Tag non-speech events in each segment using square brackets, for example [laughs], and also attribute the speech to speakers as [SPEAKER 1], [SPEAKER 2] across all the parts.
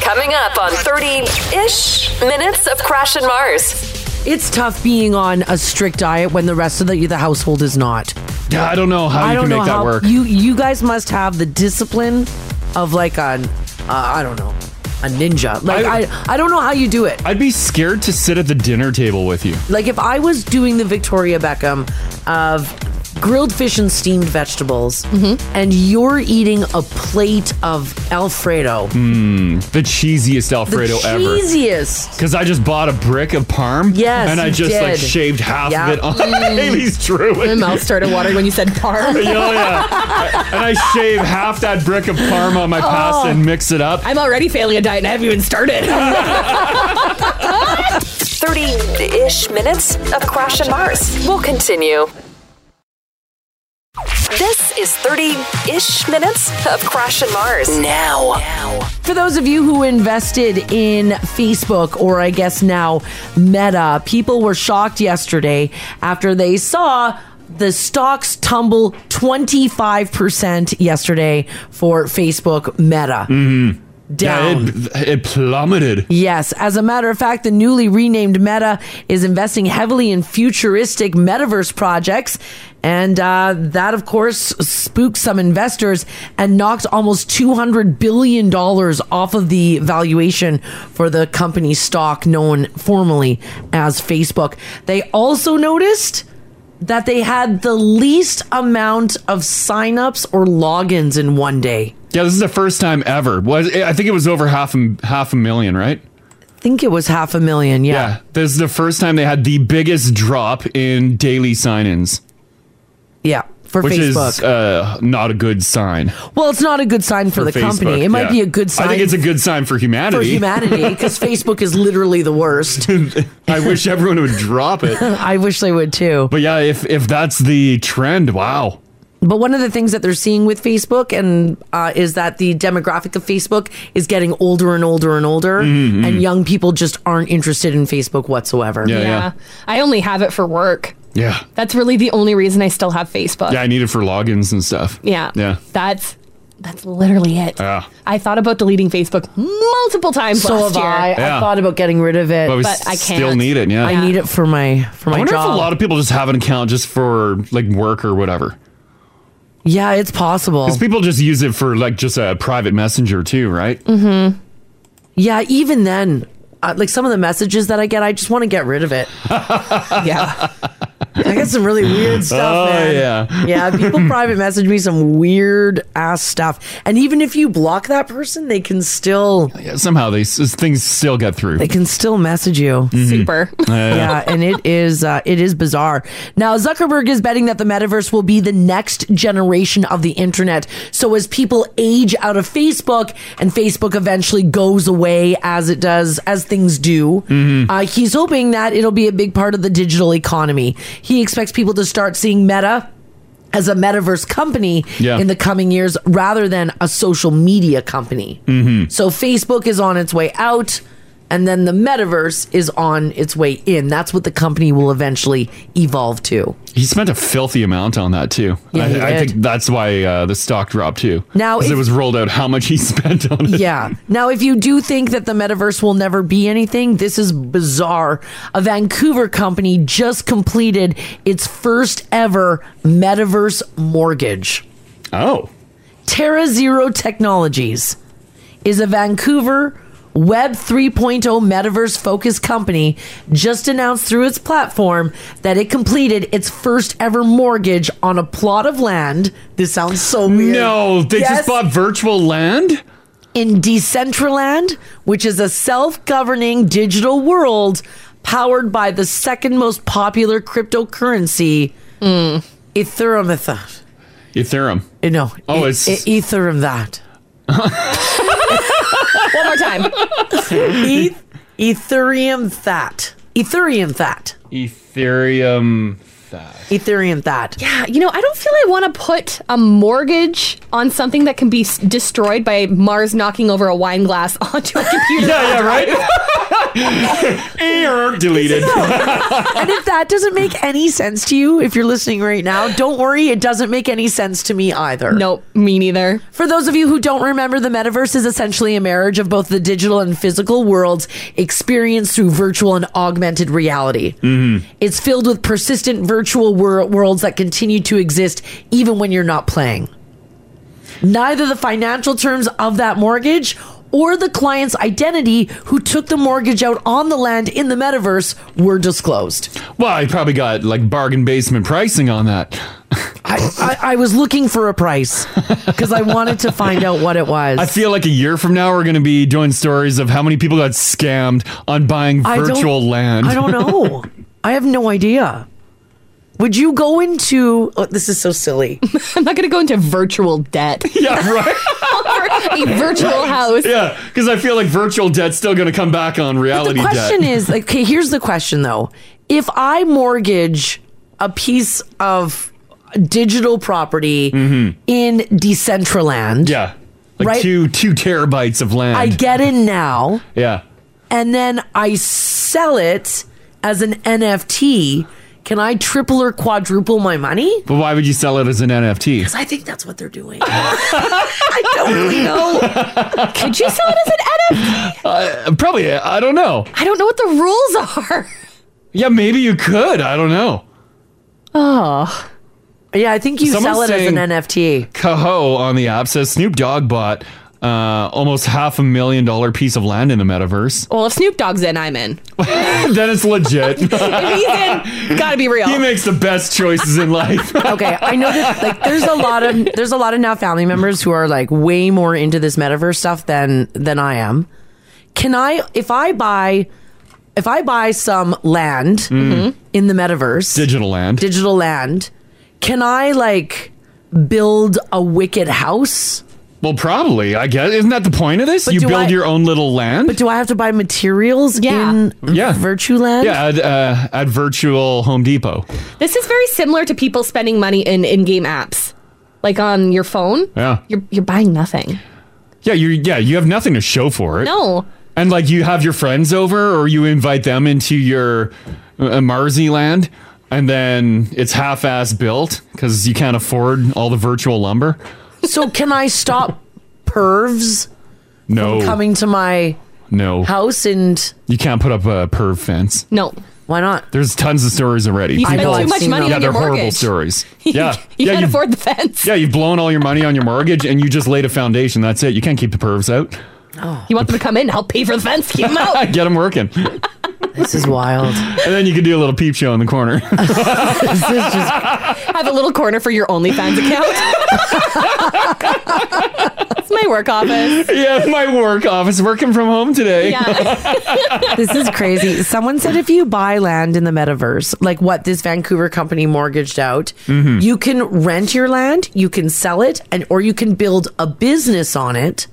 [SPEAKER 1] Coming up on 30 ish minutes of Crash and Mars.
[SPEAKER 2] It's tough being on a strict diet when the rest of the, the household is not.
[SPEAKER 3] Yeah, I don't know how
[SPEAKER 2] I
[SPEAKER 3] you
[SPEAKER 2] don't
[SPEAKER 3] can
[SPEAKER 2] know
[SPEAKER 3] make
[SPEAKER 2] how
[SPEAKER 3] that work.
[SPEAKER 2] you you guys must have the discipline of like an uh, I don't know a ninja. Like I,
[SPEAKER 3] I-
[SPEAKER 2] I don't know how you do it.
[SPEAKER 3] I'd be scared to sit at the dinner table with you.
[SPEAKER 2] Like if I was doing the Victoria Beckham of grilled fish and steamed vegetables,
[SPEAKER 3] Mm-hmm.
[SPEAKER 2] and you're eating a plate of Alfredo,
[SPEAKER 3] Mm, the cheesiest
[SPEAKER 2] the
[SPEAKER 3] Alfredo ever.
[SPEAKER 2] cheesiest.
[SPEAKER 3] Because I just bought a brick of parm.
[SPEAKER 2] Yes,
[SPEAKER 3] And I
[SPEAKER 2] you
[SPEAKER 3] just
[SPEAKER 2] did.
[SPEAKER 3] like shaved half
[SPEAKER 2] Yeah.
[SPEAKER 3] of it [laughs] on
[SPEAKER 2] Mm.
[SPEAKER 3] Haley's druid.
[SPEAKER 4] My mouth started watering when you said parm.
[SPEAKER 3] yeah, yeah. I- And I shave half that brick of parm on my pasta
[SPEAKER 4] Oh.
[SPEAKER 3] and mix it up.
[SPEAKER 4] I'm already failing a diet and I haven't even started.
[SPEAKER 1] 30 ish minutes of Crash and Mars. We'll continue. This is 30 ish minutes of Crash and Mars. Now.
[SPEAKER 2] For those of you who invested in Facebook or I guess now Meta, people were shocked yesterday after they saw the stocks tumble 25% yesterday for Facebook Meta.
[SPEAKER 3] Mm.
[SPEAKER 2] Down.
[SPEAKER 3] Yeah, it, it plummeted.
[SPEAKER 2] Yes, as a matter of fact, the newly renamed Meta is investing heavily in futuristic metaverse projects. And uh, that, of course, spooked some investors and knocked almost $200 billion off of the valuation for the company's stock, known formally as Facebook. They also noticed that they had the least amount of signups or logins in one day.
[SPEAKER 3] Yeah, this is the first time ever. Was I think it was over half a, half a million, right?
[SPEAKER 2] I think it was half a million. yeah.
[SPEAKER 3] This is the first time they had the biggest drop in daily sign-ins.
[SPEAKER 2] Yeah, for
[SPEAKER 3] which
[SPEAKER 2] Facebook.
[SPEAKER 3] is uh, not a good sign
[SPEAKER 2] Well, it's not a good sign for, the company.
[SPEAKER 3] Facebook,
[SPEAKER 2] It might
[SPEAKER 3] yeah.
[SPEAKER 2] be
[SPEAKER 3] [laughs]
[SPEAKER 2] a good sign
[SPEAKER 3] I think it's a good sign for humanity.
[SPEAKER 2] for humanity
[SPEAKER 3] [laughs]
[SPEAKER 2] because Facebook is literally the worst.
[SPEAKER 3] I wish everyone would
[SPEAKER 2] [laughs]
[SPEAKER 3] drop it.
[SPEAKER 2] I wish they would too.
[SPEAKER 3] But yeah, if if that's the trend, wow.
[SPEAKER 2] But one of the things that they're seeing with Facebook and uh, is that the demographic of Facebook is getting older and older and older,
[SPEAKER 3] Mm-hmm,
[SPEAKER 4] Mhm, mhm.
[SPEAKER 2] and young people just aren't interested in Facebook whatsoever.
[SPEAKER 4] I only have it for work.
[SPEAKER 3] Yeah.
[SPEAKER 4] That's really the only reason I still have Facebook.
[SPEAKER 3] Yeah, I need it for logins and stuff.
[SPEAKER 4] Yeah.
[SPEAKER 3] Yeah.
[SPEAKER 4] That's that's literally it.
[SPEAKER 3] Yeah.
[SPEAKER 4] I thought about deleting Facebook multiple times
[SPEAKER 2] So
[SPEAKER 4] last
[SPEAKER 2] have
[SPEAKER 4] year.
[SPEAKER 2] I. I
[SPEAKER 3] Yeah.
[SPEAKER 2] thought about getting rid of it,
[SPEAKER 3] But we s- still need it, yeah.
[SPEAKER 2] I need it for my for my
[SPEAKER 3] I wonder
[SPEAKER 2] job.
[SPEAKER 3] if a lot of people just have an account just for like work or whatever.
[SPEAKER 2] yeah, it's possible.
[SPEAKER 3] Because people just use it for like just a private messenger too, right?
[SPEAKER 2] Mm-hmm. Yeah, even then, uh, like some of the messages that I get, I just want to get rid of
[SPEAKER 3] [laughs]
[SPEAKER 2] it. yeah. I get some really weird stuff,
[SPEAKER 3] Oh,
[SPEAKER 2] man.
[SPEAKER 3] yeah.
[SPEAKER 2] Yeah, people private message me some weird ass stuff. And even if you block that person, they can still
[SPEAKER 3] Yeah, somehow these s- things still get through.
[SPEAKER 2] they can still message you.
[SPEAKER 3] Mhm. [laughs] Super. Yeah.
[SPEAKER 2] yeah, and it is uh, it is bizarre. Now Zuckerberg is betting that the metaverse will be the next generation of the internet. So as people age out of Facebook and Facebook eventually goes away as it does as things do,
[SPEAKER 3] Mm-hmm.
[SPEAKER 2] uh, he's hoping that it'll be a big part of the digital economy. He expects people to start seeing Meta as a metaverse company
[SPEAKER 5] Yeah.
[SPEAKER 2] in the coming years rather than a social media company.
[SPEAKER 5] Mm-hmm.
[SPEAKER 2] So Facebook is on its way out, and then the metaverse is on its way in. That's what the company will eventually evolve
[SPEAKER 5] [laughs]
[SPEAKER 2] to.
[SPEAKER 3] He spent a filthy amount on that too.
[SPEAKER 2] Yeah,
[SPEAKER 3] I,
[SPEAKER 2] he
[SPEAKER 3] I
[SPEAKER 2] did.
[SPEAKER 3] think that's why uh, the stock dropped too.
[SPEAKER 2] Now,
[SPEAKER 3] 'Cause it
[SPEAKER 2] if-
[SPEAKER 3] was rolled out how much he [laughs] spent on it.
[SPEAKER 2] Yeah. Now, if you do think that the metaverse will never be anything, this is bizarre. A Vancouver company just completed its first ever metaverse mortgage.
[SPEAKER 3] Oh.
[SPEAKER 2] Terra Zero Technologies is a Vancouver Web 3.0 metaverse focused company just announced through its platform that it completed its first ever mortgage on a plot of land. This sounds so weird.
[SPEAKER 3] No, they
[SPEAKER 2] Yes
[SPEAKER 3] just bought virtual land.
[SPEAKER 2] in Decentraland, which is a self governing digital world powered by the second most popular cryptocurrency,
[SPEAKER 3] Hmm.
[SPEAKER 2] Ethereum. I thought.
[SPEAKER 3] Ethereum.
[SPEAKER 2] No.
[SPEAKER 3] Oh,
[SPEAKER 2] E-
[SPEAKER 3] it's
[SPEAKER 2] e- Ethereum that.
[SPEAKER 4] One more time.
[SPEAKER 2] E- Ethereum that. Ethereum that.
[SPEAKER 3] Ethereum. That.
[SPEAKER 2] Ethereum that.
[SPEAKER 4] Yeah, you know, I don't feel I want to put a mortgage on something that can be s- destroyed by Mars knocking over a wine glass [laughs] onto a computer.
[SPEAKER 3] Yeah, yeah, Oh, right. [laughs] Err, deleted.
[SPEAKER 2] and if that doesn't make any sense to you, if you're listening right now, don't worry. It doesn't make any sense to me either.
[SPEAKER 4] Nope, me neither.
[SPEAKER 2] For those of you who don't remember, the metaverse is essentially a marriage of both the digital and physical worlds experienced through virtual and augmented reality. It's filled with persistent virtual wor- worlds that continue to exist even when you're not playing. Neither the financial terms of that mortgage or the client's identity who took the mortgage out on the land in the metaverse were disclosed.
[SPEAKER 3] Well, I probably got like bargain basement pricing on that. [laughs]
[SPEAKER 2] I, I was looking for a price because I wanted to find out what it was.
[SPEAKER 3] I feel like a year from now we're going to be doing stories of how many people got scammed on buying
[SPEAKER 2] I don't-
[SPEAKER 3] virtual land.
[SPEAKER 2] I don't know. I have no idea. Would you go into? Oh, this is so
[SPEAKER 3] [laughs]
[SPEAKER 2] silly.
[SPEAKER 4] I'm not going to go into virtual debt.
[SPEAKER 3] [laughs]
[SPEAKER 4] [laughs]
[SPEAKER 3] yeah, right.
[SPEAKER 4] a virtual
[SPEAKER 3] [laughs]
[SPEAKER 4] house.
[SPEAKER 3] Yeah, because I feel like virtual debt's still going to come back on reality
[SPEAKER 2] The question
[SPEAKER 3] debt.
[SPEAKER 2] is, okay, here's the question though: If I mortgage a piece of digital property in Decentraland,
[SPEAKER 3] Mm-hmm. yeah, like
[SPEAKER 2] Right.
[SPEAKER 3] two two terabytes of land.
[SPEAKER 2] I get in now,
[SPEAKER 3] yeah,
[SPEAKER 2] and then I sell it as an NFT. Can I triple or quadruple my money?
[SPEAKER 3] but why would you sell it as an NFT?
[SPEAKER 2] I think that's what they're doing. I don't really know.
[SPEAKER 4] Could you sell it as an NFT?
[SPEAKER 3] Uh, probably. I don't know.
[SPEAKER 4] I don't know what the rules are.
[SPEAKER 3] Yeah, maybe you could. I don't know.
[SPEAKER 4] Oh,
[SPEAKER 2] Yeah, I think you
[SPEAKER 3] Someone's
[SPEAKER 2] sell it as an
[SPEAKER 3] saying-
[SPEAKER 2] NFT.
[SPEAKER 3] Caho on the app says Snoop Dogg bought uh, almost half a million dollar piece of land in
[SPEAKER 2] [laughs]
[SPEAKER 3] the metaverse. [laughs]
[SPEAKER 4] well, if Snoop Dogg's in, I'm in.
[SPEAKER 3] then it's legit.
[SPEAKER 2] [laughs]
[SPEAKER 4] [laughs] If he's in, gotta be real.
[SPEAKER 3] he makes the best choices
[SPEAKER 2] [laughs]
[SPEAKER 3] in life.
[SPEAKER 2] Okay, I know that like there's a lot of there's a lot of now family members who are like way more into this metaverse stuff than than I am. Can I if I buy if I buy some land
[SPEAKER 3] Mm-hmm.
[SPEAKER 2] in the metaverse,
[SPEAKER 3] Digital land.
[SPEAKER 2] digital land, can I like build a wicked house?
[SPEAKER 3] well, probably. I guess isn't that the point of this? you
[SPEAKER 2] do
[SPEAKER 3] build
[SPEAKER 2] I-
[SPEAKER 3] your own little land.
[SPEAKER 2] Do I have to buy materials
[SPEAKER 4] Yeah.
[SPEAKER 2] in
[SPEAKER 3] Yeah.
[SPEAKER 2] Virtue Land?
[SPEAKER 3] yeah, at, uh, at virtual Home Depot.
[SPEAKER 4] This is very similar to people spending money in in-game apps, like on your phone.
[SPEAKER 3] Yeah.
[SPEAKER 4] You're you're buying nothing.
[SPEAKER 3] Yeah, you yeah, you have nothing to show for it.
[SPEAKER 4] No.
[SPEAKER 3] And like you have your friends over or you invite them into your uh, Marzi land and then it's half-ass built cuz you can't afford all the virtual lumber.
[SPEAKER 2] So can I stop pervs
[SPEAKER 3] No.
[SPEAKER 2] coming to my
[SPEAKER 3] no.
[SPEAKER 2] house and
[SPEAKER 3] you can't put up a perv fence.
[SPEAKER 4] No.
[SPEAKER 2] why not?
[SPEAKER 3] There's tons of stories already.
[SPEAKER 4] You
[SPEAKER 2] I
[SPEAKER 4] spend
[SPEAKER 2] know,
[SPEAKER 4] too
[SPEAKER 2] I've
[SPEAKER 4] much
[SPEAKER 2] seen
[SPEAKER 4] money
[SPEAKER 2] that.
[SPEAKER 3] yeah, they're
[SPEAKER 4] on your
[SPEAKER 3] horrible
[SPEAKER 4] mortgage. [laughs]
[SPEAKER 3] stories.
[SPEAKER 4] you
[SPEAKER 3] Yeah. yeah,
[SPEAKER 4] can't
[SPEAKER 3] you've-
[SPEAKER 4] afford the fence.
[SPEAKER 3] Yeah, you've blown all your money on your mortgage and you just laid a foundation. That's it. You can't keep the pervs out. [laughs]
[SPEAKER 4] You want them to come in? I'll pay for the fence. Keep them out.
[SPEAKER 3] Get them working. and
[SPEAKER 2] This is wild.
[SPEAKER 3] then you can do a little peep show in the corner.
[SPEAKER 2] this is just
[SPEAKER 4] Have a little corner for your OnlyFans
[SPEAKER 3] [laughs]
[SPEAKER 4] account. [laughs] it's my work office.
[SPEAKER 3] yeah, my work office working from home today.
[SPEAKER 4] Yeah.
[SPEAKER 2] This is
[SPEAKER 3] [laughs]
[SPEAKER 2] crazy. Someone said if you buy land in the metaverse, like what this Vancouver company mortgaged out,
[SPEAKER 3] Mm-hmm.
[SPEAKER 2] you can rent your land, you can sell it, and or you can build a business on it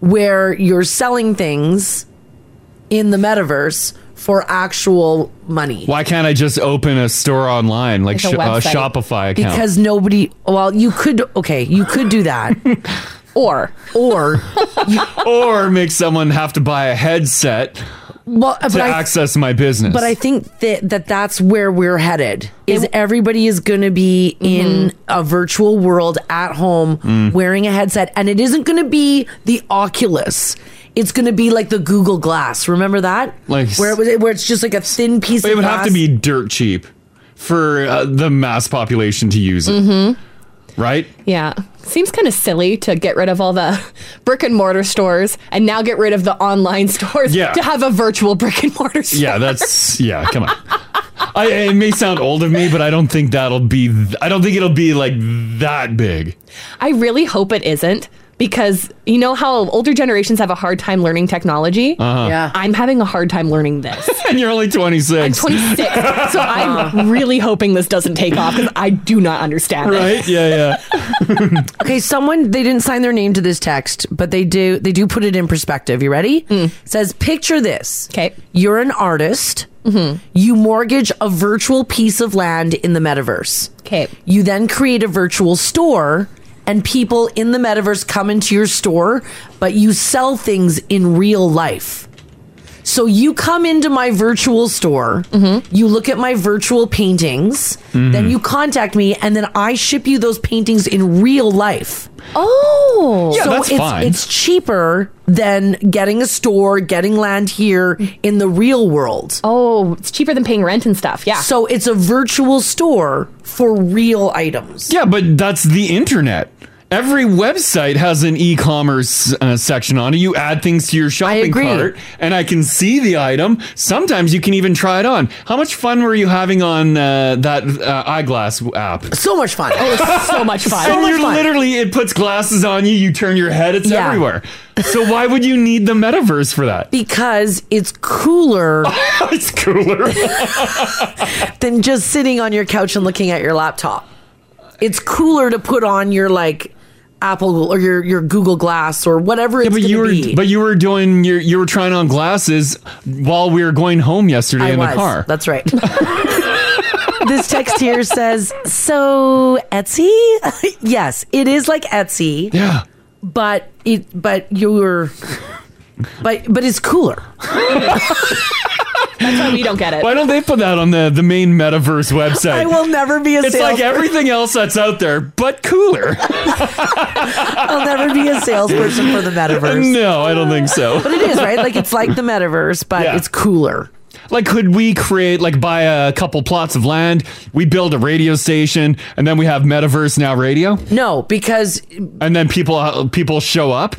[SPEAKER 2] where you're selling things in the metaverse for actual money.
[SPEAKER 3] Why can't I just open a store online, like
[SPEAKER 4] Like a
[SPEAKER 3] sh- uh,
[SPEAKER 4] website.
[SPEAKER 3] Shopify account?
[SPEAKER 2] Because nobody well, you could okay, you could do
[SPEAKER 3] [laughs]
[SPEAKER 2] that.
[SPEAKER 4] Or
[SPEAKER 2] Or
[SPEAKER 3] or make someone have to buy a headset to
[SPEAKER 2] well, but I
[SPEAKER 3] access my business.
[SPEAKER 2] But I think that, that that's where we're headed. Is everybody is going to be in a virtual world at home
[SPEAKER 3] Mm.
[SPEAKER 2] wearing a headset and it isn't going to be the Oculus. It's going to be like the Google Glass. Remember that?
[SPEAKER 3] Like-
[SPEAKER 2] where it was where it's just like a thin piece
[SPEAKER 3] it
[SPEAKER 2] of
[SPEAKER 3] would
[SPEAKER 2] glass.
[SPEAKER 3] have to be dirt cheap for uh, the mass population to use it. Right?
[SPEAKER 4] yeah. Seems kind of silly to get rid of all the [laughs] brick and mortar stores and now get rid of the online [laughs] stores
[SPEAKER 3] Yeah.
[SPEAKER 4] to have a virtual brick and mortar store.
[SPEAKER 3] Yeah, that's yeah. Come on. I, it may sound old of me, but I don't think that'll be. th- I don't think it'll be like that big.
[SPEAKER 4] I really hope it isn't because you know how older generations have a hard time learning technology?
[SPEAKER 3] Uh-huh.
[SPEAKER 2] Yeah.
[SPEAKER 4] I'm having a hard time
[SPEAKER 3] [laughs]
[SPEAKER 4] learning this.
[SPEAKER 3] And you're only 26,
[SPEAKER 4] 26. So
[SPEAKER 3] Uh-huh.
[SPEAKER 4] I'm really hoping this doesn't take off because I do not understand it.
[SPEAKER 3] right? Yeah, yeah.
[SPEAKER 2] Okay, someone they didn't sign their name to this text, but they do they do put it in perspective. You ready? Says picture this.
[SPEAKER 4] 'Kay.
[SPEAKER 2] You're an artist.
[SPEAKER 5] Mm-hmm.
[SPEAKER 2] You mortgage a virtual piece of land in the metaverse.
[SPEAKER 4] 'Kay.
[SPEAKER 2] You then create a virtual store and people in the metaverse come into your store, but you sell things in real life. So you come into my virtual store,
[SPEAKER 5] Mm-hmm.
[SPEAKER 2] you look at my virtual paintings, then
[SPEAKER 5] Mhm.
[SPEAKER 2] you contact me, and then I ship you those paintings in real life.
[SPEAKER 4] Oh,
[SPEAKER 5] Yeah,
[SPEAKER 2] so
[SPEAKER 5] that's
[SPEAKER 2] it's,
[SPEAKER 5] fine.
[SPEAKER 2] it's cheaper than getting a store, getting land here in the real world.
[SPEAKER 4] Oh, it's cheaper than paying rent and stuff. Yeah.
[SPEAKER 2] So it's a virtual store for real items.
[SPEAKER 3] Yeah, but that's the internet. Every website has an e-commerce uh, section on it. You add things to your shopping
[SPEAKER 2] agree.
[SPEAKER 3] cart, and I can see the item. Sometimes you can even try it on. How much fun were you having on uh, that uh, eyeglass app?
[SPEAKER 2] So much fun!
[SPEAKER 3] Oh,
[SPEAKER 4] so much fun.
[SPEAKER 3] and you're literally it puts glasses on you. You turn your head. It's
[SPEAKER 2] Yeah.
[SPEAKER 3] everywhere. So why would you need the metaverse for
[SPEAKER 2] [laughs] [laughs]
[SPEAKER 3] that?
[SPEAKER 2] Because it's cooler.
[SPEAKER 3] it's cooler
[SPEAKER 2] than just sitting on your couch and looking at your laptop. It's cooler to put on your like Apple or your, your Google Glass or whatever it's
[SPEAKER 3] but you
[SPEAKER 2] going
[SPEAKER 3] were
[SPEAKER 2] to be.
[SPEAKER 3] but you were doing your you were trying on glasses while we were going home yesterday
[SPEAKER 2] I
[SPEAKER 3] in
[SPEAKER 2] was.
[SPEAKER 3] the car.
[SPEAKER 2] That's
[SPEAKER 3] [laughs]
[SPEAKER 2] right. [laughs] this text here says, "So Etsy, [laughs] yes, it is like Etsy.
[SPEAKER 3] Yeah,
[SPEAKER 2] but it but you're." But but it's cooler.
[SPEAKER 4] That's why we don't get it.
[SPEAKER 3] Why don't they put that on the the main metaverse website?
[SPEAKER 2] I will never be a
[SPEAKER 3] It's like
[SPEAKER 2] salesperson.
[SPEAKER 3] everything else that's out there, but cooler.
[SPEAKER 2] I'll never be a salesperson for the metaverse.
[SPEAKER 3] [laughs] no, I don't think so.
[SPEAKER 2] But it is right. Like it's like the metaverse, but
[SPEAKER 3] Yeah.
[SPEAKER 2] it's cooler.
[SPEAKER 3] Like, could we create, like, buy a couple plots of land, we build a radio station, and then we have Metaverse Now Radio?
[SPEAKER 2] No, because.
[SPEAKER 3] And then people people show up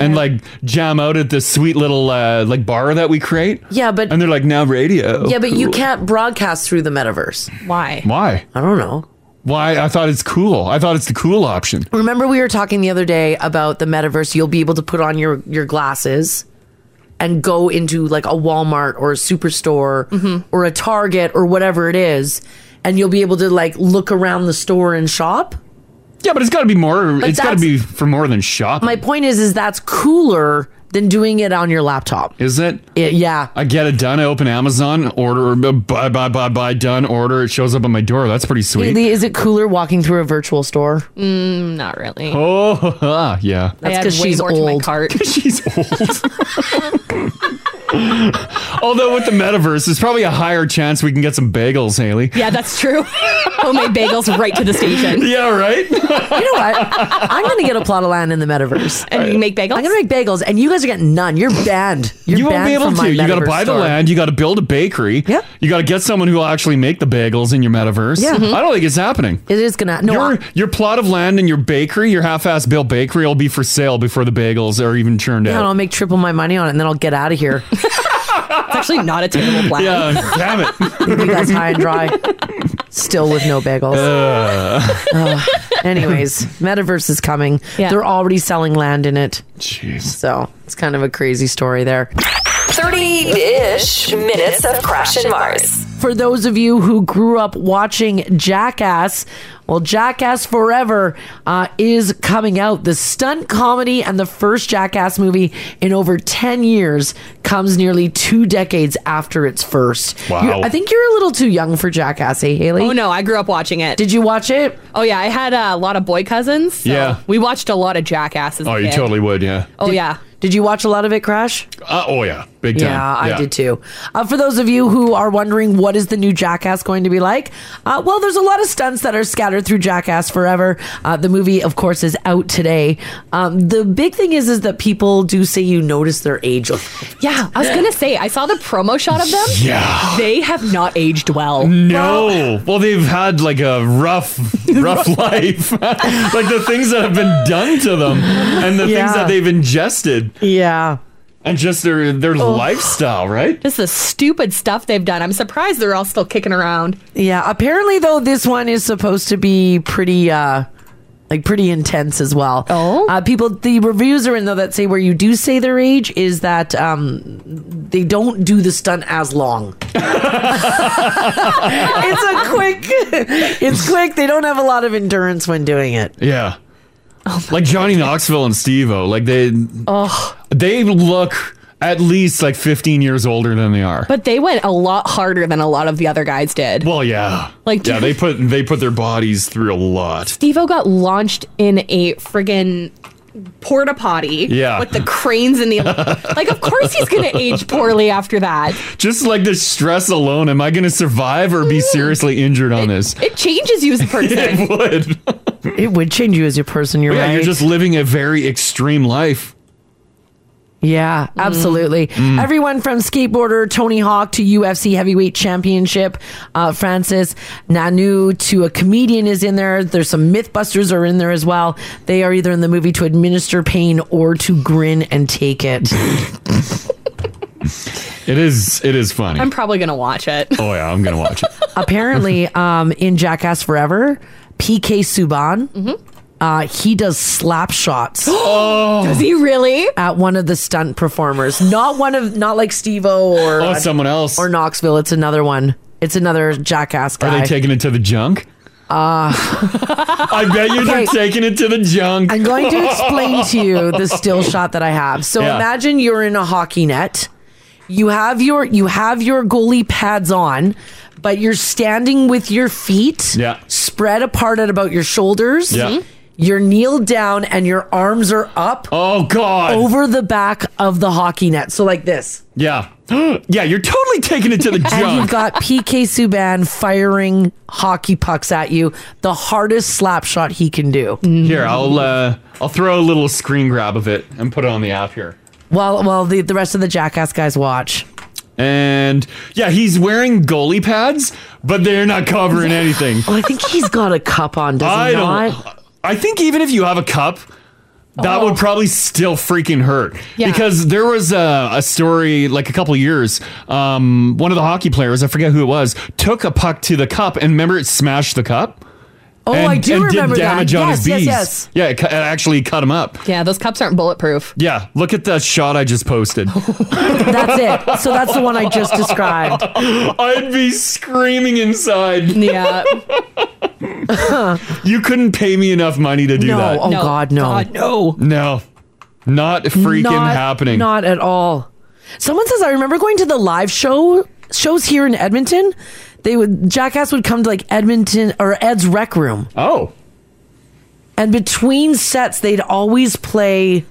[SPEAKER 3] and, like, jam out at this sweet little, uh, like, bar that we create.
[SPEAKER 2] Yeah, but
[SPEAKER 3] And they're like, now radio.
[SPEAKER 2] yeah, but you
[SPEAKER 3] Cool.
[SPEAKER 2] can't broadcast through the metaverse.
[SPEAKER 4] Why?
[SPEAKER 3] Why?
[SPEAKER 2] I don't know.
[SPEAKER 3] Why? I thought it's cool. I thought it's the cool option.
[SPEAKER 2] Remember, we were talking the other day about the metaverse. You'll be able to put on your your glasses and go into like a Walmart or a superstore or a Target or whatever it is, and you'll be able to like look around the store and shop.
[SPEAKER 3] Yeah, but it's got to be more,
[SPEAKER 2] But
[SPEAKER 3] it's got to
[SPEAKER 2] that's-
[SPEAKER 3] be for more than shopping.
[SPEAKER 2] My point is, is that's cooler than doing it on your laptop.
[SPEAKER 3] Is it?
[SPEAKER 2] It, yeah.
[SPEAKER 3] I get it done. I open Amazon, order, buy, buy, buy, buy, done, order. It shows up on my door. That's pretty sweet.
[SPEAKER 2] Lee, Is it cooler walking through a virtual store?
[SPEAKER 4] Mm, not really.
[SPEAKER 3] Oh, [laughs] yeah.
[SPEAKER 4] I add way more To my cart.
[SPEAKER 3] [laughs] she's old. Although with the metaverse, there's probably a higher chance we can get some bagels, Haley.
[SPEAKER 4] yeah, that's true. [laughs] Homemade bagels right to the station.
[SPEAKER 3] Yeah, right?
[SPEAKER 2] You know what? I'm going to get a plot of land in the metaverse.
[SPEAKER 4] And you make bagels?
[SPEAKER 2] I'm gonna make bagels, and you guys are getting none. You're banned. You're
[SPEAKER 3] [laughs] you won't
[SPEAKER 2] banned
[SPEAKER 3] be able
[SPEAKER 2] from
[SPEAKER 3] to.
[SPEAKER 2] my
[SPEAKER 3] You got to
[SPEAKER 2] metaverse
[SPEAKER 3] buy the
[SPEAKER 2] store.
[SPEAKER 3] land. You got to build a bakery. Yeah. You got to get someone who will actually make the bagels in your metaverse.
[SPEAKER 2] Yeah. Mhm.
[SPEAKER 3] I don't think it's happening.
[SPEAKER 2] It is gonna no.
[SPEAKER 3] your your plot of land and your bakery, your half-ass built bakery, will be for sale before the bagels are even churned
[SPEAKER 2] Yeah, and I'll
[SPEAKER 3] out.
[SPEAKER 2] make triple my money on it, and then I'll get out of here.
[SPEAKER 4] It's actually not a terrible plan.
[SPEAKER 3] Yeah, damn it. [laughs]
[SPEAKER 2] Leave you guys high and dry, still with no bagels.
[SPEAKER 3] Uh,
[SPEAKER 2] Ugh. anyways, metaverse is coming.
[SPEAKER 4] Yeah.
[SPEAKER 2] They're already selling land in it,
[SPEAKER 3] Jeez.
[SPEAKER 2] so it's kind of a crazy story there.
[SPEAKER 1] 30 ish minutes of Crash and Mars.
[SPEAKER 2] For those of you who grew up watching Jackass, well, Jackass Forever uh, is coming out. The stunt comedy and the first Jackass movie in over 10 years comes nearly two decades after its first.
[SPEAKER 4] Wow.
[SPEAKER 2] You- I think you're a little too young for Jackass, eh, Haley?
[SPEAKER 4] Oh no, I grew up watching it.
[SPEAKER 2] Did you watch it?
[SPEAKER 4] Oh yeah, I had uh, a lot of boy cousins. so
[SPEAKER 3] Yeah.
[SPEAKER 4] We watched a lot of Jackasses.
[SPEAKER 3] Oh, you totally would, yeah.
[SPEAKER 4] Oh yeah.
[SPEAKER 2] Did you watch a lot of it, Crash?
[SPEAKER 3] Uh, oh yeah, big time.
[SPEAKER 2] Yeah, I did too. Uh, for those of you who are wondering what is the new Jackass going to be like, uh, well, there's a lot of stunts that are scattered through Jackass Forever. Uh, the movie, of course, is out today. Um, the big thing is is that people do say you notice their age. [laughs]
[SPEAKER 4] Yeah, I was gonna say I saw the promo shot of them.
[SPEAKER 3] [laughs] Yeah.
[SPEAKER 4] They have not aged well.
[SPEAKER 3] No. Well, they've had like
[SPEAKER 2] [laughs]
[SPEAKER 3] a rough, rough life. [laughs] like the things that have been done to them, and the
[SPEAKER 4] Yeah.
[SPEAKER 3] things that they've ingested,
[SPEAKER 2] yeah.
[SPEAKER 3] and just their their lifestyle, right?
[SPEAKER 4] Just the stupid stuff they've done. I'm surprised they're all still kicking around.
[SPEAKER 2] Yeah, apparently though this one is supposed to be pretty uh like pretty intense as well. Oh, uh, people. The reviews are in though that say where you do say their age is that um, they don't do the stunt as long. [laughs] it's a quick, it's quick. They don't have a lot of endurance when doing it.
[SPEAKER 3] Yeah.
[SPEAKER 2] Oh
[SPEAKER 3] like Johnny Knoxville and Steve O. Like they,
[SPEAKER 4] Oh.
[SPEAKER 3] they look at least like 15 years older than they are.
[SPEAKER 4] But they went a lot harder than a lot of the other guys did.
[SPEAKER 3] Well, yeah.
[SPEAKER 4] Like
[SPEAKER 3] yeah, they put they put their bodies through a lot.
[SPEAKER 4] Steve O got launched in a friggin' porta potty
[SPEAKER 3] Yeah.
[SPEAKER 4] with the cranes and the like of course he's gonna age poorly after that
[SPEAKER 3] Just like the stress alone, am I going to survive or be seriously injured on this?
[SPEAKER 4] it changes you as
[SPEAKER 3] [laughs]
[SPEAKER 4] a person
[SPEAKER 3] It would. Oh,
[SPEAKER 2] It would change you as your person. You're
[SPEAKER 3] yeah,
[SPEAKER 2] right.
[SPEAKER 3] you're just living a very extreme life.
[SPEAKER 2] Yeah, absolutely.
[SPEAKER 3] Mm.
[SPEAKER 2] Everyone from skateboarder Tony Hawk to UFC heavyweight championship, uh, Francis Nanu to a comedian is in there. There's some Mythbusters are in there as well. They are either in the movie to administer pain or to grin and take
[SPEAKER 3] [laughs]
[SPEAKER 2] it.
[SPEAKER 3] It is. It is funny.
[SPEAKER 4] i'm probably gonna watch it
[SPEAKER 3] oh yeah, I'm gonna watch it.
[SPEAKER 2] Apparently, um, in Jackass Forever, PK Subban, uh, he does slap shots
[SPEAKER 4] does he really
[SPEAKER 2] at one of the stunt performers. Not one of, not like Steve-O or
[SPEAKER 3] Oh, someone else.
[SPEAKER 2] or Knoxville. It's another one. It's another Jackass guy.
[SPEAKER 3] Are they taking it to the junk? Uh I bet you they're
[SPEAKER 2] Okay.
[SPEAKER 3] taking it to the junk.
[SPEAKER 2] I'm going to explain to you the still shot that I have. So
[SPEAKER 3] Yeah.
[SPEAKER 2] imagine you're in a hockey net. You have your you have your goalie pads on, but you're standing with your feet
[SPEAKER 3] Yeah.
[SPEAKER 2] spread apart at about your shoulders.
[SPEAKER 3] Yeah.
[SPEAKER 2] You're kneeled down and your arms are up
[SPEAKER 3] Oh God.
[SPEAKER 2] over the back of the hockey net. So like this.
[SPEAKER 3] Yeah. [gasps] yeah, you're totally taking it to the
[SPEAKER 2] And you've
[SPEAKER 3] junk.
[SPEAKER 2] got PK Subban firing hockey pucks at you, the hardest slap shot he can do.
[SPEAKER 3] Here, I'll uh I'll throw a little screen grab of it and put it on the app here.
[SPEAKER 2] While while the, the rest of the jackass guys watch.
[SPEAKER 3] And yeah, he's wearing goalie pads, but they're not covering
[SPEAKER 2] [laughs]
[SPEAKER 3] anything.
[SPEAKER 2] Oh, I think he's got a cup on, does
[SPEAKER 3] I
[SPEAKER 2] he
[SPEAKER 3] don't.
[SPEAKER 2] not? Oh.
[SPEAKER 3] I think even if you have a cup, that would probably still freaking hurt.
[SPEAKER 4] Yeah.
[SPEAKER 3] Because there was a, a story like a couple years. Um, one of the hockey players, I forget who it was, took a puck to the cup and remember it smashed the cup.
[SPEAKER 2] Oh,
[SPEAKER 3] and,
[SPEAKER 2] I do
[SPEAKER 3] and
[SPEAKER 2] remember
[SPEAKER 3] did damage
[SPEAKER 2] that.
[SPEAKER 3] on
[SPEAKER 2] yes,
[SPEAKER 3] his bees.
[SPEAKER 2] yes,
[SPEAKER 3] Yeah, it, cu- it actually cut him up.
[SPEAKER 4] yeah those cups aren't bulletproof
[SPEAKER 3] Yeah, look at that shot I just
[SPEAKER 2] [laughs]
[SPEAKER 3] posted.
[SPEAKER 2] yes. That's it. So that's the one I just described.
[SPEAKER 3] I'd be screaming inside.
[SPEAKER 4] yeah
[SPEAKER 3] You couldn't pay me enough money to do
[SPEAKER 2] No,
[SPEAKER 3] that.
[SPEAKER 2] oh God, no.
[SPEAKER 4] God, no
[SPEAKER 3] No, not [laughs] freaking
[SPEAKER 2] not,
[SPEAKER 3] happening.
[SPEAKER 2] Not at all. Someone says I remember going to the live show shows here in Edmonton. They would Jackass would come to like Edmonton or Ed's rec room,
[SPEAKER 3] oh.
[SPEAKER 2] and between sets they'd always play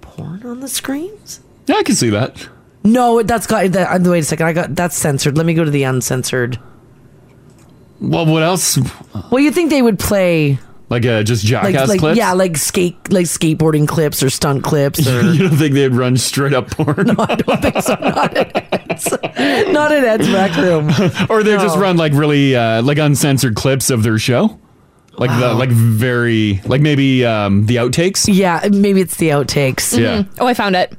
[SPEAKER 2] porn on the screens.
[SPEAKER 3] Yeah, I can see that.
[SPEAKER 2] No, that's got that. uh, Wait a second, I got that's censored. Let me go to the uncensored.
[SPEAKER 3] Well, what else?
[SPEAKER 2] Well, you think they would play
[SPEAKER 3] Like uh, just
[SPEAKER 2] like,
[SPEAKER 3] jackass
[SPEAKER 2] like
[SPEAKER 3] clips?
[SPEAKER 2] yeah, like skate, like skateboarding clips or stunt clips. Or,
[SPEAKER 3] [laughs]
[SPEAKER 2] [laughs]
[SPEAKER 3] you don't think they'd run straight up porn,
[SPEAKER 2] not in Ed's rec
[SPEAKER 3] [laughs]
[SPEAKER 2] room.
[SPEAKER 3] [laughs] or they would just
[SPEAKER 2] No.
[SPEAKER 3] run like really uh, like uncensored clips of their show, like the like very like maybe um, the outtakes.
[SPEAKER 2] Yeah, Mm-hmm. maybe it's the outtakes.
[SPEAKER 3] Yeah.
[SPEAKER 4] oh i found it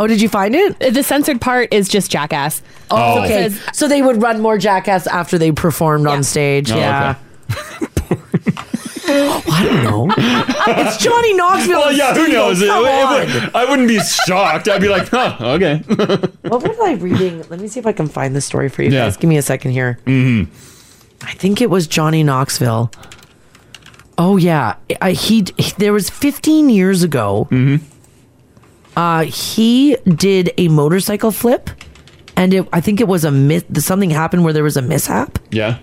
[SPEAKER 2] Oh, did you find it?
[SPEAKER 4] the censored part is just jackass
[SPEAKER 3] Oh,
[SPEAKER 2] Okay,
[SPEAKER 4] Says-
[SPEAKER 2] so they would run more Jackass after they performed on stage.
[SPEAKER 3] Oh,
[SPEAKER 2] yeah.
[SPEAKER 3] okay.
[SPEAKER 2] I don't know. it's Johnny Knoxville.
[SPEAKER 3] [laughs] Well, yeah. Who knows? It-
[SPEAKER 2] Come on.
[SPEAKER 3] it would- I wouldn't be shocked. I'd be like, [laughs] huh, okay.
[SPEAKER 2] What was I reading? Let me see if I can find the story for you
[SPEAKER 3] Yeah.
[SPEAKER 2] guys. Give me a second here. Mm-hmm. I think it was Johnny Knoxville. Oh yeah, I, he there was 15 years ago. Uh, he did a motorcycle flip, and it, I think it was a mis- something happened where there was a mishap,
[SPEAKER 3] Yeah.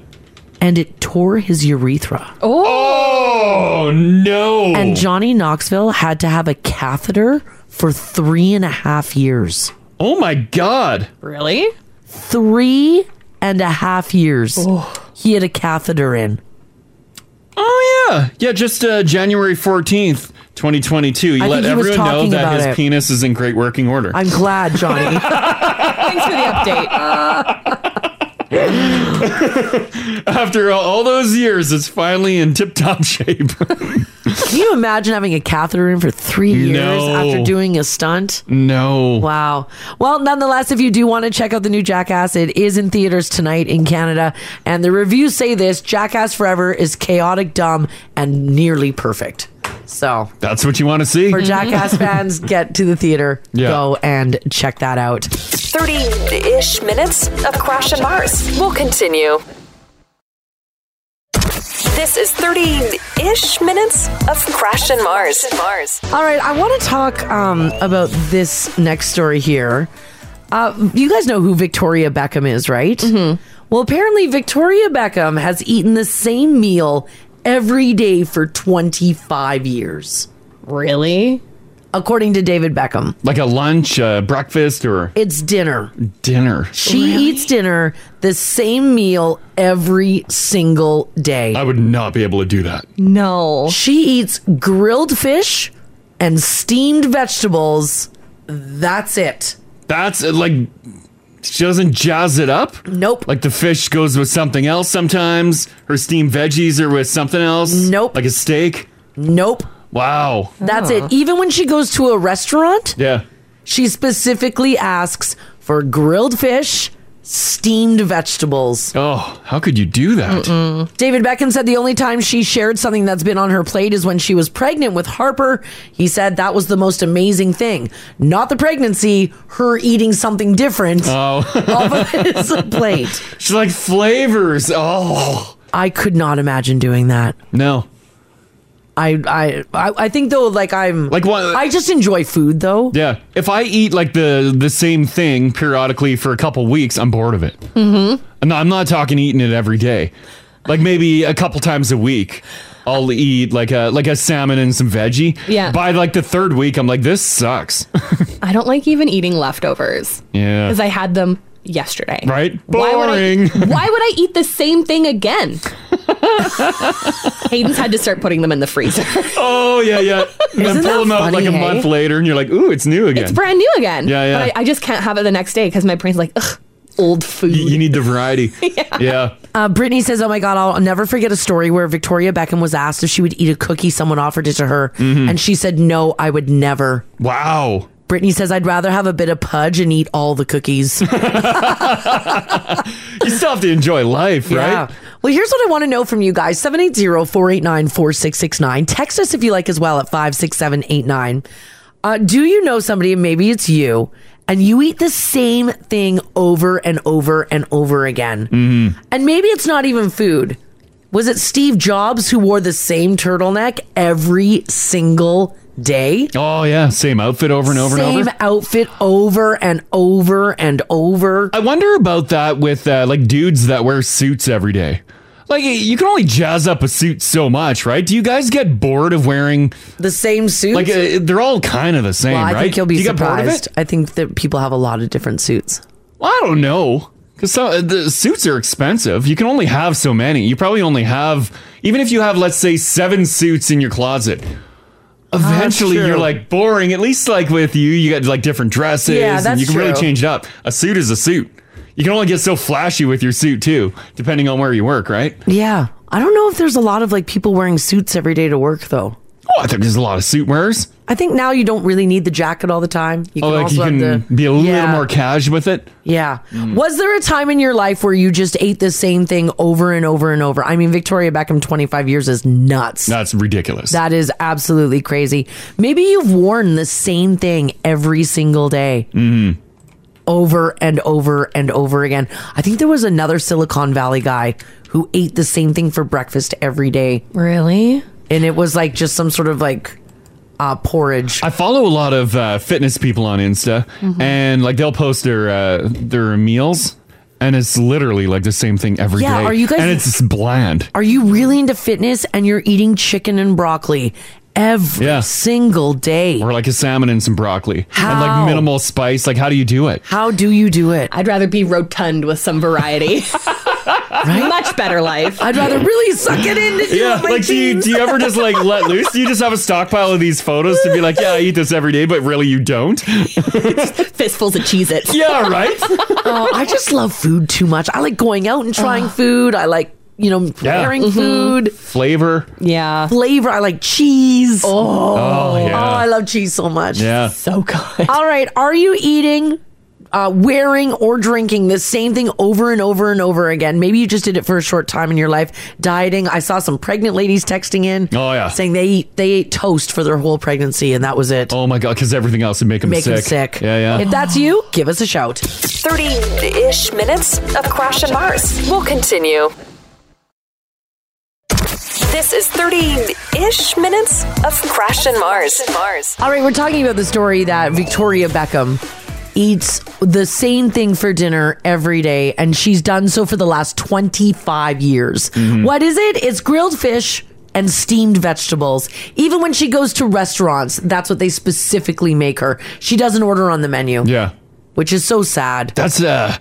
[SPEAKER 2] and it tore his urethra.
[SPEAKER 3] Oh no.
[SPEAKER 2] And Johnny Knoxville had to have a catheter for three and a half years.
[SPEAKER 3] oh my god.
[SPEAKER 4] really
[SPEAKER 2] three and a half years. He had a catheter in.
[SPEAKER 3] Oh yeah, yeah. Just uh, January fourteenth, twenty twenty two. You
[SPEAKER 2] I
[SPEAKER 3] let
[SPEAKER 2] think he was
[SPEAKER 3] everyone know
[SPEAKER 2] talking
[SPEAKER 3] that
[SPEAKER 2] about
[SPEAKER 3] his
[SPEAKER 2] it.
[SPEAKER 3] penis is in great working order.
[SPEAKER 2] I'm glad,
[SPEAKER 3] [laughs]
[SPEAKER 2] Johnny.
[SPEAKER 4] thanks for the update
[SPEAKER 3] After all, all those years, it's finally in tip top [laughs] shape.
[SPEAKER 2] Can you imagine having a catheter in for three years
[SPEAKER 3] No.
[SPEAKER 2] after doing a stunt?
[SPEAKER 3] no.
[SPEAKER 2] Wow. Well, nonetheless, if you do want to check out the new Jackass, it is in theaters tonight in Canada. And the reviews say this Jackass Forever is chaotic, dumb, and nearly perfect. So,
[SPEAKER 3] That's what you want to see.
[SPEAKER 2] for Jackass fans, get to the theater,
[SPEAKER 3] Mm-hmm. Yeah.
[SPEAKER 2] go and check that out.
[SPEAKER 1] 30 ish minutes of Crash and Mars. We'll continue. This is 30 ish minutes of Crash and Mars. Mars.
[SPEAKER 2] All right, I want to talk um, about this next story here. Uh, you guys know who Victoria Beckham is, right? Mm-hmm. Well, apparently, Victoria Beckham has eaten the same meal every day for 25 years.
[SPEAKER 4] Really?
[SPEAKER 2] According to David Beckham.
[SPEAKER 3] Like a lunch, a breakfast, or
[SPEAKER 2] It's dinner.
[SPEAKER 3] dinner.
[SPEAKER 2] She eats dinner the same meal every single day.
[SPEAKER 3] I would not be able to do that.
[SPEAKER 4] No.
[SPEAKER 2] She eats grilled fish and steamed vegetables. That's it.
[SPEAKER 3] That's uh, like she doesn't jazz it up.
[SPEAKER 2] Nope.
[SPEAKER 3] Like the fish goes with something else sometimes. Her steamed veggies are with something else. Nope. Like a steak.
[SPEAKER 2] Nope.
[SPEAKER 3] Wow.
[SPEAKER 2] That's it. Even when she goes to a restaurant,
[SPEAKER 3] Yeah.
[SPEAKER 2] she specifically asks for grilled fish, steamed vegetables.
[SPEAKER 3] Oh, how could you do that?
[SPEAKER 2] David Beckham said the only time she shared something that's been on her plate is when she was pregnant with Harper. He said that was the most amazing thing. Not the pregnancy, her eating something different
[SPEAKER 3] Oh.
[SPEAKER 2] [laughs] off of his plate.
[SPEAKER 3] She's like flavors. Oh.
[SPEAKER 2] I could not imagine doing that.
[SPEAKER 3] No.
[SPEAKER 2] I I I, I think though like I'm
[SPEAKER 3] Like what-
[SPEAKER 2] I just enjoy food though.
[SPEAKER 3] Yeah. If I eat like the the same thing periodically for a couple weeks, I'm bored of it. Mm-hmm. And I'm not talking eating it every day. Like maybe a couple times a week, I'll eat like a like a salmon and some veggie.
[SPEAKER 4] Yeah.
[SPEAKER 3] By like the third week, I'm like, this sucks. [laughs]
[SPEAKER 4] I don't like even eating leftovers.
[SPEAKER 3] Yeah.
[SPEAKER 4] Because I had them yesterday.
[SPEAKER 3] Right?
[SPEAKER 4] Why would, I,
[SPEAKER 3] Boring.
[SPEAKER 4] why would I eat the same thing again? Hayden's had to start putting them in
[SPEAKER 3] [laughs]
[SPEAKER 4] the freezer.
[SPEAKER 3] [laughs] oh yeah, yeah. And
[SPEAKER 2] Isn't that
[SPEAKER 3] then pull them out
[SPEAKER 2] funny,
[SPEAKER 3] like a
[SPEAKER 2] hey?
[SPEAKER 3] month later, and you're like, ooh, it's new again.
[SPEAKER 4] It's brand new again.
[SPEAKER 3] Yeah, yeah.
[SPEAKER 4] But I, I just can't have it the next day because my brain's like, ugh, old food.
[SPEAKER 3] you, you need the variety. yeah.
[SPEAKER 2] Uh, Brittany says, "Oh my God, I'll never forget a story where Victoria Beckham was asked if she would eat a cookie someone offered it to her, and she said no, I would never."
[SPEAKER 3] Wow.
[SPEAKER 2] Brittany says, "I'd rather have a bit of pudge and eat all the cookies."
[SPEAKER 3] You still have to enjoy life, right?
[SPEAKER 2] Well, here's what I want to know from you guys 780 489 4669. Text us if you like as well at 56789. Uh, do you know somebody, and maybe it's you, and you eat the same thing over and over and over again?
[SPEAKER 3] Mm-hmm.
[SPEAKER 2] And maybe it's not even food. Was it Steve Jobs who wore the same turtleneck every single day?
[SPEAKER 3] Oh yeah, same outfit over and over and
[SPEAKER 2] same
[SPEAKER 3] over.
[SPEAKER 2] outfit over and over and over.
[SPEAKER 3] I wonder about that with uh, like dudes that wear suits every day. Like you can only jazz up a suit so much, right? Do you guys get bored of wearing
[SPEAKER 2] The same suit.
[SPEAKER 3] like uh, they're all kind of the same,
[SPEAKER 2] Well, I
[SPEAKER 3] right?
[SPEAKER 2] think you'll be
[SPEAKER 3] Do you get bored of
[SPEAKER 2] surprised.
[SPEAKER 3] it?
[SPEAKER 2] I think that people have a lot of different suits.
[SPEAKER 3] Well, I don't know. Because the suits are expensive. You can only have so many. You probably only have, even if you have, let's say, seven suits in your closet. Eventually,
[SPEAKER 2] Ah, true.
[SPEAKER 3] you're like boring. At least, like with you, you got like different dresses,
[SPEAKER 2] Yeah,
[SPEAKER 3] and
[SPEAKER 2] that's
[SPEAKER 3] you can really
[SPEAKER 2] true.
[SPEAKER 3] change it up. A suit is a suit. You can only get so flashy with your suit too, depending on where you work, right?
[SPEAKER 2] Yeah. I don't know if there's a lot of like people wearing suits every day to work though.
[SPEAKER 3] Oh, I think there's a lot of suit wearers.
[SPEAKER 2] I think now you don't really need the jacket all the time. You
[SPEAKER 3] Oh, like you can
[SPEAKER 2] have the-
[SPEAKER 3] be a little
[SPEAKER 2] yeah,
[SPEAKER 3] more casual with it.
[SPEAKER 2] Yeah. Was there a time in your life where you just ate the same thing over and over and over? I mean, Victoria Beckham 25 years is nuts.
[SPEAKER 3] That's ridiculous.
[SPEAKER 2] That is absolutely crazy. Maybe you've worn the same thing every single day. Over and over and over again. I think there was another Silicon Valley guy who ate the same thing for breakfast every day.
[SPEAKER 4] Really?
[SPEAKER 2] And it was like just some sort of like uh, porridge.
[SPEAKER 3] I follow a lot of uh, fitness people on Insta,
[SPEAKER 2] Mm-hmm.
[SPEAKER 3] and like they'll post their uh, their meals, and it's literally like the same thing every day.
[SPEAKER 2] Yeah, are you guys-
[SPEAKER 3] And it's just bland.
[SPEAKER 2] Are you really into fitness and you're eating chicken and broccoli every
[SPEAKER 3] Yeah.
[SPEAKER 2] single day?
[SPEAKER 3] Or like a salmon and some broccoli, and
[SPEAKER 2] How?
[SPEAKER 3] like minimal spice. Like, how do you do it?
[SPEAKER 2] How do you do it?
[SPEAKER 4] I'd rather be rotund with
[SPEAKER 3] [laughs]
[SPEAKER 4] some variety. Much better life.
[SPEAKER 2] I'd rather really suck it in to do
[SPEAKER 3] Yeah,
[SPEAKER 2] it my
[SPEAKER 3] like do you,
[SPEAKER 2] jeans.
[SPEAKER 3] do you ever just like let loose? Do you just have a stockpile of these photos to be like, yeah, I eat this every day, but really you don't?
[SPEAKER 4] Fistfuls of Cheez
[SPEAKER 3] [laughs]
[SPEAKER 4] Its.
[SPEAKER 3] Yeah, right.
[SPEAKER 2] Oh, I just love food too much. I like going out and trying food. I like, you know, preparing food,
[SPEAKER 3] Flavor.
[SPEAKER 4] Yeah.
[SPEAKER 2] flavor. I like cheese. Oh,
[SPEAKER 3] Oh
[SPEAKER 2] I
[SPEAKER 3] yeah,
[SPEAKER 2] love cheese so much.
[SPEAKER 3] yeah.
[SPEAKER 4] So good.
[SPEAKER 2] All right. Are you eating, uh, wearing, or drinking the same thing over and over and over again? Maybe you just did it for a short time in your life. Dieting. I saw some pregnant ladies texting in.
[SPEAKER 3] Oh, yeah.
[SPEAKER 2] Saying they eat, they ate toast for their whole pregnancy and that was it.
[SPEAKER 3] Oh my god, because everything else would make them
[SPEAKER 2] Make
[SPEAKER 3] sick.
[SPEAKER 2] them sick.
[SPEAKER 3] Yeah, yeah.
[SPEAKER 2] If that's you, give us a shout.
[SPEAKER 1] 30 ish minutes of Crash and Mars. We'll continue. This is 30 ish minutes of Crash and Mars. Mars.
[SPEAKER 2] All right, we're talking about the story that Victoria Beckham eats the same thing for dinner every day,
[SPEAKER 3] Mm-hmm.
[SPEAKER 2] and she's done so for the last 25 years. What is it? It's grilled fish and steamed vegetables. Even when she goes to restaurants, that's what they specifically make her. She doesn't order on the menu.
[SPEAKER 3] Yeah.
[SPEAKER 2] Which is so sad.
[SPEAKER 3] That's uh,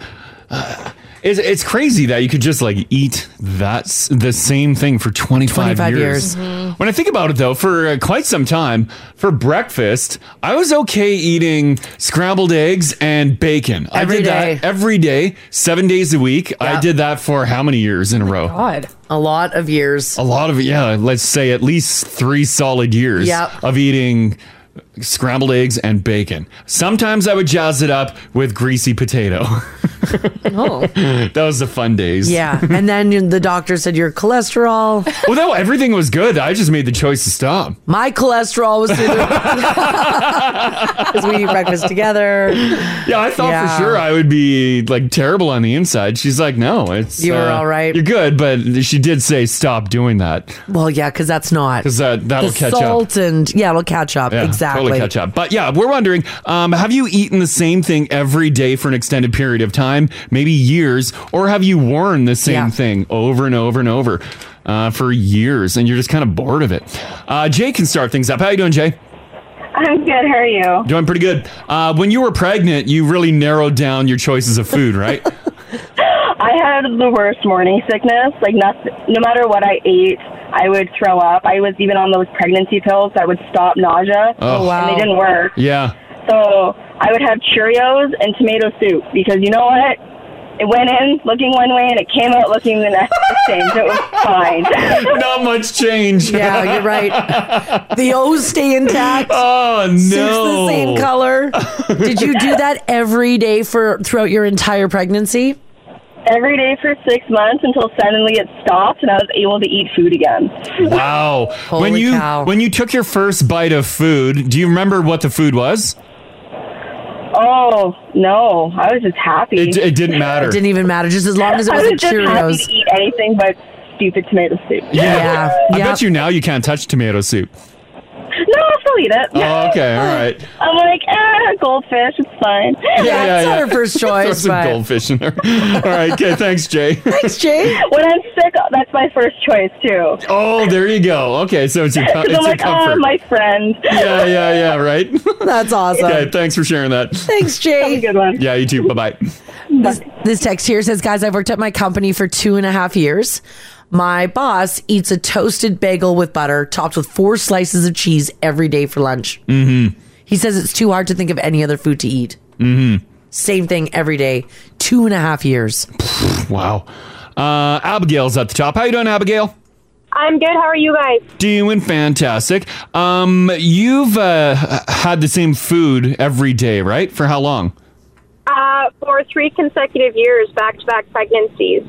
[SPEAKER 3] uh it's, it's crazy that you could just like eat that s- the same thing for 25,
[SPEAKER 2] 25 years.
[SPEAKER 3] years. Mm-hmm.
[SPEAKER 2] Mhm.
[SPEAKER 3] When I think about it though, for uh, quite some time, for breakfast, I was okay eating scrambled eggs and bacon. I
[SPEAKER 2] Every
[SPEAKER 3] did
[SPEAKER 2] day.
[SPEAKER 3] that every day, 7 days a week. I did that for how many years in a row?
[SPEAKER 2] Oh,
[SPEAKER 4] God.
[SPEAKER 2] A lot of years.
[SPEAKER 3] A lot of yeah, let's say at least 3 solid years
[SPEAKER 2] Yep.
[SPEAKER 3] of eating scrambled eggs and bacon. Sometimes I would jazz it up with greasy potato. [laughs]
[SPEAKER 2] Oh.
[SPEAKER 3] that was the fun days.
[SPEAKER 2] Yeah. And then the doctor said your cholesterol.
[SPEAKER 3] well, no, everything was good. I just made the choice to stop.
[SPEAKER 2] My cholesterol was through [laughs] because we eat breakfast together.
[SPEAKER 3] Yeah, I thought for sure I would be like terrible on the inside. She's like, no, it's uh,
[SPEAKER 2] You were all right.
[SPEAKER 3] You're good, but she did say stop doing that
[SPEAKER 2] Well, yeah, because that's not because
[SPEAKER 3] that that'll catch up.
[SPEAKER 2] salt and yeah, it'll catch up
[SPEAKER 3] Yeah,
[SPEAKER 2] exactly.
[SPEAKER 3] totally catch up. But yeah, we're wondering, um, have you eaten the same thing every day for an extended period of time, maybe years, or have you worn the same thing over and over and over uh, for years, and you're just kind of bored of it? Uh, Jay can start things up. How you doing, Jay?
[SPEAKER 5] I'm good. How are you?
[SPEAKER 3] Doing pretty good. Uh, when you were pregnant, you really narrowed down your choices of food, right?
[SPEAKER 2] [laughs]
[SPEAKER 5] I had the worst morning sickness. Like nothing, no matter what I ate, I would throw up. I was even on those pregnancy pills that would stop nausea.
[SPEAKER 3] Oh. Oh, wow.
[SPEAKER 5] And they didn't work.
[SPEAKER 3] yeah.
[SPEAKER 5] So I would have Cheerios and tomato soup because you know what? It went in looking one way and it came out looking the next [laughs] same. So it was fine. [laughs]
[SPEAKER 3] Not much change.
[SPEAKER 2] Yeah, you're
[SPEAKER 3] [laughs]
[SPEAKER 2] right. The O's stay intact.
[SPEAKER 3] Oh
[SPEAKER 2] Suits the
[SPEAKER 3] no.
[SPEAKER 2] same color. Did you do that every day for throughout your entire pregnancy?
[SPEAKER 5] Every day for six months until suddenly it stopped and I was able to eat food again.
[SPEAKER 3] Wow. when you when you took your first bite of food, do you remember what the food was?
[SPEAKER 5] Oh no, I was just happy.
[SPEAKER 3] It, it didn't matter.
[SPEAKER 2] It didn't even matter. Just as long as it
[SPEAKER 5] I
[SPEAKER 2] was
[SPEAKER 5] was
[SPEAKER 2] a
[SPEAKER 5] just happy
[SPEAKER 2] Cheerios.
[SPEAKER 5] to eat anything but stupid tomato soup.
[SPEAKER 3] Yeah. I bet you now you can't touch tomato soup.
[SPEAKER 5] [laughs] No, I'll still eat it.
[SPEAKER 3] Oh, okay. All right.
[SPEAKER 5] [laughs] I'm like, ah, goldfish, it's fine.
[SPEAKER 3] [laughs] Throw some goldfish in there. [laughs] All right. Okay. Thanks, Jay.
[SPEAKER 2] Thanks, Jay.
[SPEAKER 5] [laughs] When I'm sick, that's my first choice too.
[SPEAKER 3] [laughs] Oh, there you go. Okay, so it's your com-
[SPEAKER 5] 'Cause
[SPEAKER 3] it's
[SPEAKER 5] I'm
[SPEAKER 3] your
[SPEAKER 5] like,
[SPEAKER 3] comfort.
[SPEAKER 5] ah, my friend.
[SPEAKER 3] yeah, yeah, yeah. Right. [laughs]
[SPEAKER 2] That's awesome.
[SPEAKER 3] Okay. Thanks for sharing that.
[SPEAKER 2] Thanks, Jay.
[SPEAKER 5] good one.
[SPEAKER 3] Yeah. You too. Bye bye.
[SPEAKER 2] This, this text here says, guys, I've worked at my company for two and a half years. My boss eats a toasted bagel with butter topped with four slices of cheese every day for lunch. Mm-hmm. He says it's too hard to think of any other food to eat. Mm-hmm. Same thing every day. Two and a half years.
[SPEAKER 3] Wow. Uh, Abigail's at the top. How you doing, Abigail?
[SPEAKER 6] I'm good. How are you guys?
[SPEAKER 3] Doing fantastic. Um, you've uh, h- had the same food every day, right? For how long?
[SPEAKER 6] Uh, for three consecutive years, back to back pregnancies.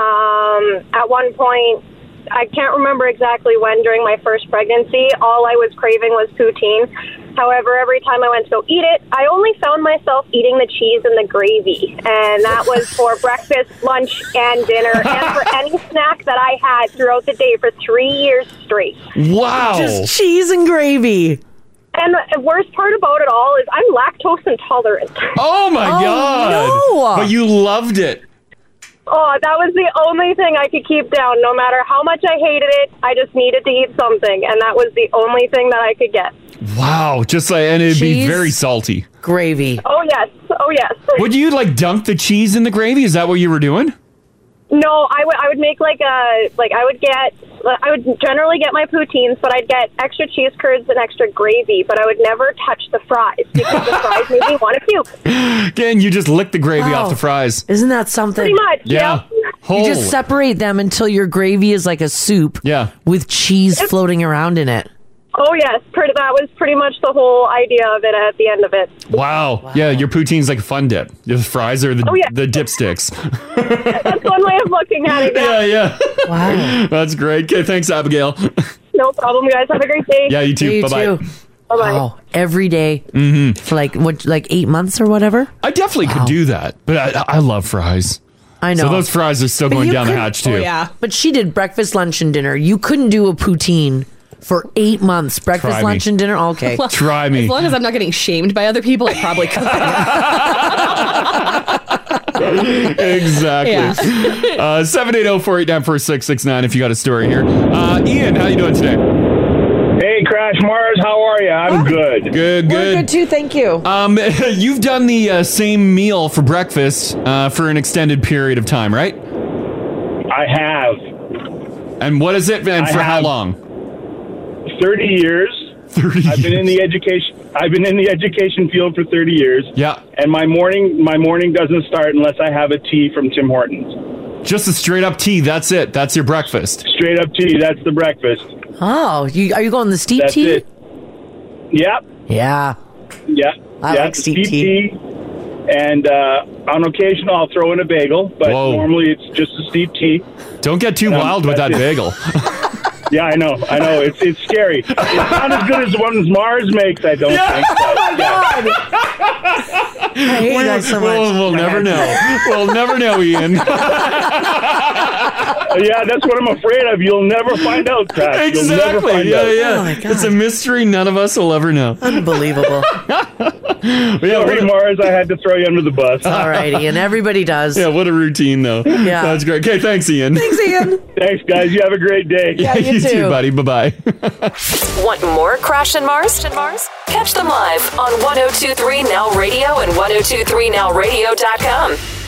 [SPEAKER 6] Um, at one point, I can't remember exactly when during my first pregnancy, all I was craving was poutine. However, every time I went to go eat it, I only found myself eating the cheese and the gravy. And that was for breakfast, lunch, and dinner, and for any snack that I had throughout the day for three years straight.
[SPEAKER 3] Wow.
[SPEAKER 2] Just cheese and gravy.
[SPEAKER 6] And the worst part about it all is I'm lactose intolerant.
[SPEAKER 3] Oh my god! But you loved it.
[SPEAKER 6] Oh, that was the only thing I could keep down. No matter how much I hated it, I just needed to eat something, and that was the only thing that I could get.
[SPEAKER 3] Wow. Just like, and it'd be
[SPEAKER 6] Cheese.
[SPEAKER 3] very salty.
[SPEAKER 2] Gravy.
[SPEAKER 6] Oh yes, oh yes.
[SPEAKER 3] Would you like dunk the cheese in the gravy? Is that what you were doing?
[SPEAKER 6] No, I would I would make like a like I would get I would generally get my poutines, but I'd get extra cheese curds and extra gravy, but I would never touch the fries
[SPEAKER 3] [laughs]
[SPEAKER 6] because the fries made me want to puke.
[SPEAKER 3] Again, you just lick the gravy
[SPEAKER 2] Wow.
[SPEAKER 3] off the fries.
[SPEAKER 2] Isn't that something?
[SPEAKER 6] Pretty much.
[SPEAKER 3] Yeah.
[SPEAKER 2] You
[SPEAKER 3] Holy-
[SPEAKER 2] just separate them until your gravy is like a soup.
[SPEAKER 3] Yeah.
[SPEAKER 2] With cheese floating around in it.
[SPEAKER 6] Oh yes, pretty, that was pretty much the whole idea of it at the end of it.
[SPEAKER 3] Wow. Yeah, your poutine's like a fun dip. Your fries are the,
[SPEAKER 6] Oh, yeah.
[SPEAKER 3] the dipsticks.
[SPEAKER 6] That's one way of looking at it.
[SPEAKER 3] yeah, yeah.
[SPEAKER 2] Wow.
[SPEAKER 3] That's great. Okay, thanks, Abigail. [laughs]
[SPEAKER 6] No problem, guys. Have a great day.
[SPEAKER 3] Yeah, you Mm-hmm. too. Bye bye.
[SPEAKER 6] Bye-bye.
[SPEAKER 2] Wow. Every day for like what like eight months or whatever.
[SPEAKER 3] I definitely could do that, but I, I love fries.
[SPEAKER 2] I know.
[SPEAKER 3] So those fries are still
[SPEAKER 2] But
[SPEAKER 3] going
[SPEAKER 2] you
[SPEAKER 3] down the
[SPEAKER 2] couldn't-
[SPEAKER 3] hatch,
[SPEAKER 4] oh,
[SPEAKER 3] too.
[SPEAKER 2] But she did breakfast, lunch, and dinner. You couldn't do a poutine for eight months. Breakfast,
[SPEAKER 3] Try me.
[SPEAKER 2] lunch, and dinner. Oh, [laughs] Okay.
[SPEAKER 4] Well,
[SPEAKER 3] [laughs]
[SPEAKER 4] As long as I'm not getting shamed by other people, I probably could.
[SPEAKER 3] exactly. [laughs] Uh, 780-489-4669 if you got a story here. Uh, Ian, how you doing today?
[SPEAKER 7] Hey, Crash Mars, how are you? I'm good.
[SPEAKER 3] Good, good.
[SPEAKER 2] We're good too. Thank you.
[SPEAKER 3] Um, [laughs] you've done the uh, same meal for breakfast uh, for an extended period of time, right?
[SPEAKER 7] I have
[SPEAKER 3] And what is it, and
[SPEAKER 7] I
[SPEAKER 3] for how
[SPEAKER 7] have.
[SPEAKER 3] long? [laughs]
[SPEAKER 7] 30 years.
[SPEAKER 3] 30
[SPEAKER 7] I've been
[SPEAKER 3] [laughs]
[SPEAKER 7] in the education. I've been in the education field for 30 years.
[SPEAKER 3] Yeah,
[SPEAKER 7] And my morning, my morning doesn't start unless I have a tea from Tim Hortons.
[SPEAKER 3] just a straight up tea. That's it. That's your breakfast.
[SPEAKER 7] Straight up tea. That's the breakfast.
[SPEAKER 2] Oh, you are you going the steep
[SPEAKER 7] That's
[SPEAKER 2] tea?
[SPEAKER 7] it. Yep.
[SPEAKER 2] Yeah.
[SPEAKER 7] Yep.
[SPEAKER 2] I
[SPEAKER 7] yep.
[SPEAKER 2] like steep tea.
[SPEAKER 7] tea. And uh, on occasion, I'll throw in a bagel, but
[SPEAKER 3] Whoa.
[SPEAKER 7] normally it's just a steep tea.
[SPEAKER 3] Don't get too wild with that
[SPEAKER 7] that's it. [laughs]
[SPEAKER 3] bagel.
[SPEAKER 7] Yeah, I know. I know. It's it's scary. It's not as good as the ones Mars makes. I don't think. but, yeah.
[SPEAKER 2] I hate you
[SPEAKER 3] We-
[SPEAKER 2] guys so much.
[SPEAKER 3] We'll, we'll never know. We'll never know,
[SPEAKER 7] [laughs]
[SPEAKER 3] Ian.
[SPEAKER 7] Yeah, that's what I'm afraid of. You'll never find out, Pat. You'll never find
[SPEAKER 3] exactly. Yeah,
[SPEAKER 7] out.
[SPEAKER 2] Oh my
[SPEAKER 3] yeah.
[SPEAKER 2] God.
[SPEAKER 3] it's a mystery none of us will ever
[SPEAKER 2] [laughs]
[SPEAKER 3] know. [laughs]
[SPEAKER 2] Unbelievable.
[SPEAKER 3] But yeah, what
[SPEAKER 7] Sorry,
[SPEAKER 3] a,
[SPEAKER 7] Mars, I had to throw you under the bus.
[SPEAKER 2] All righty, and everybody does.
[SPEAKER 3] yeah, what a routine, though.
[SPEAKER 2] Yeah.
[SPEAKER 3] That's great. Okay, thanks, Ian.
[SPEAKER 2] Thanks, Ian.
[SPEAKER 7] Thanks, guys. You have a great day.
[SPEAKER 3] [laughs]
[SPEAKER 2] Yeah, you
[SPEAKER 3] you too,
[SPEAKER 2] too.
[SPEAKER 3] buddy. Bye bye. [laughs]
[SPEAKER 1] Want more Crash and Mars? And Mars? oh Catch them live on 1023 Now Radio and 1023nowradio.com.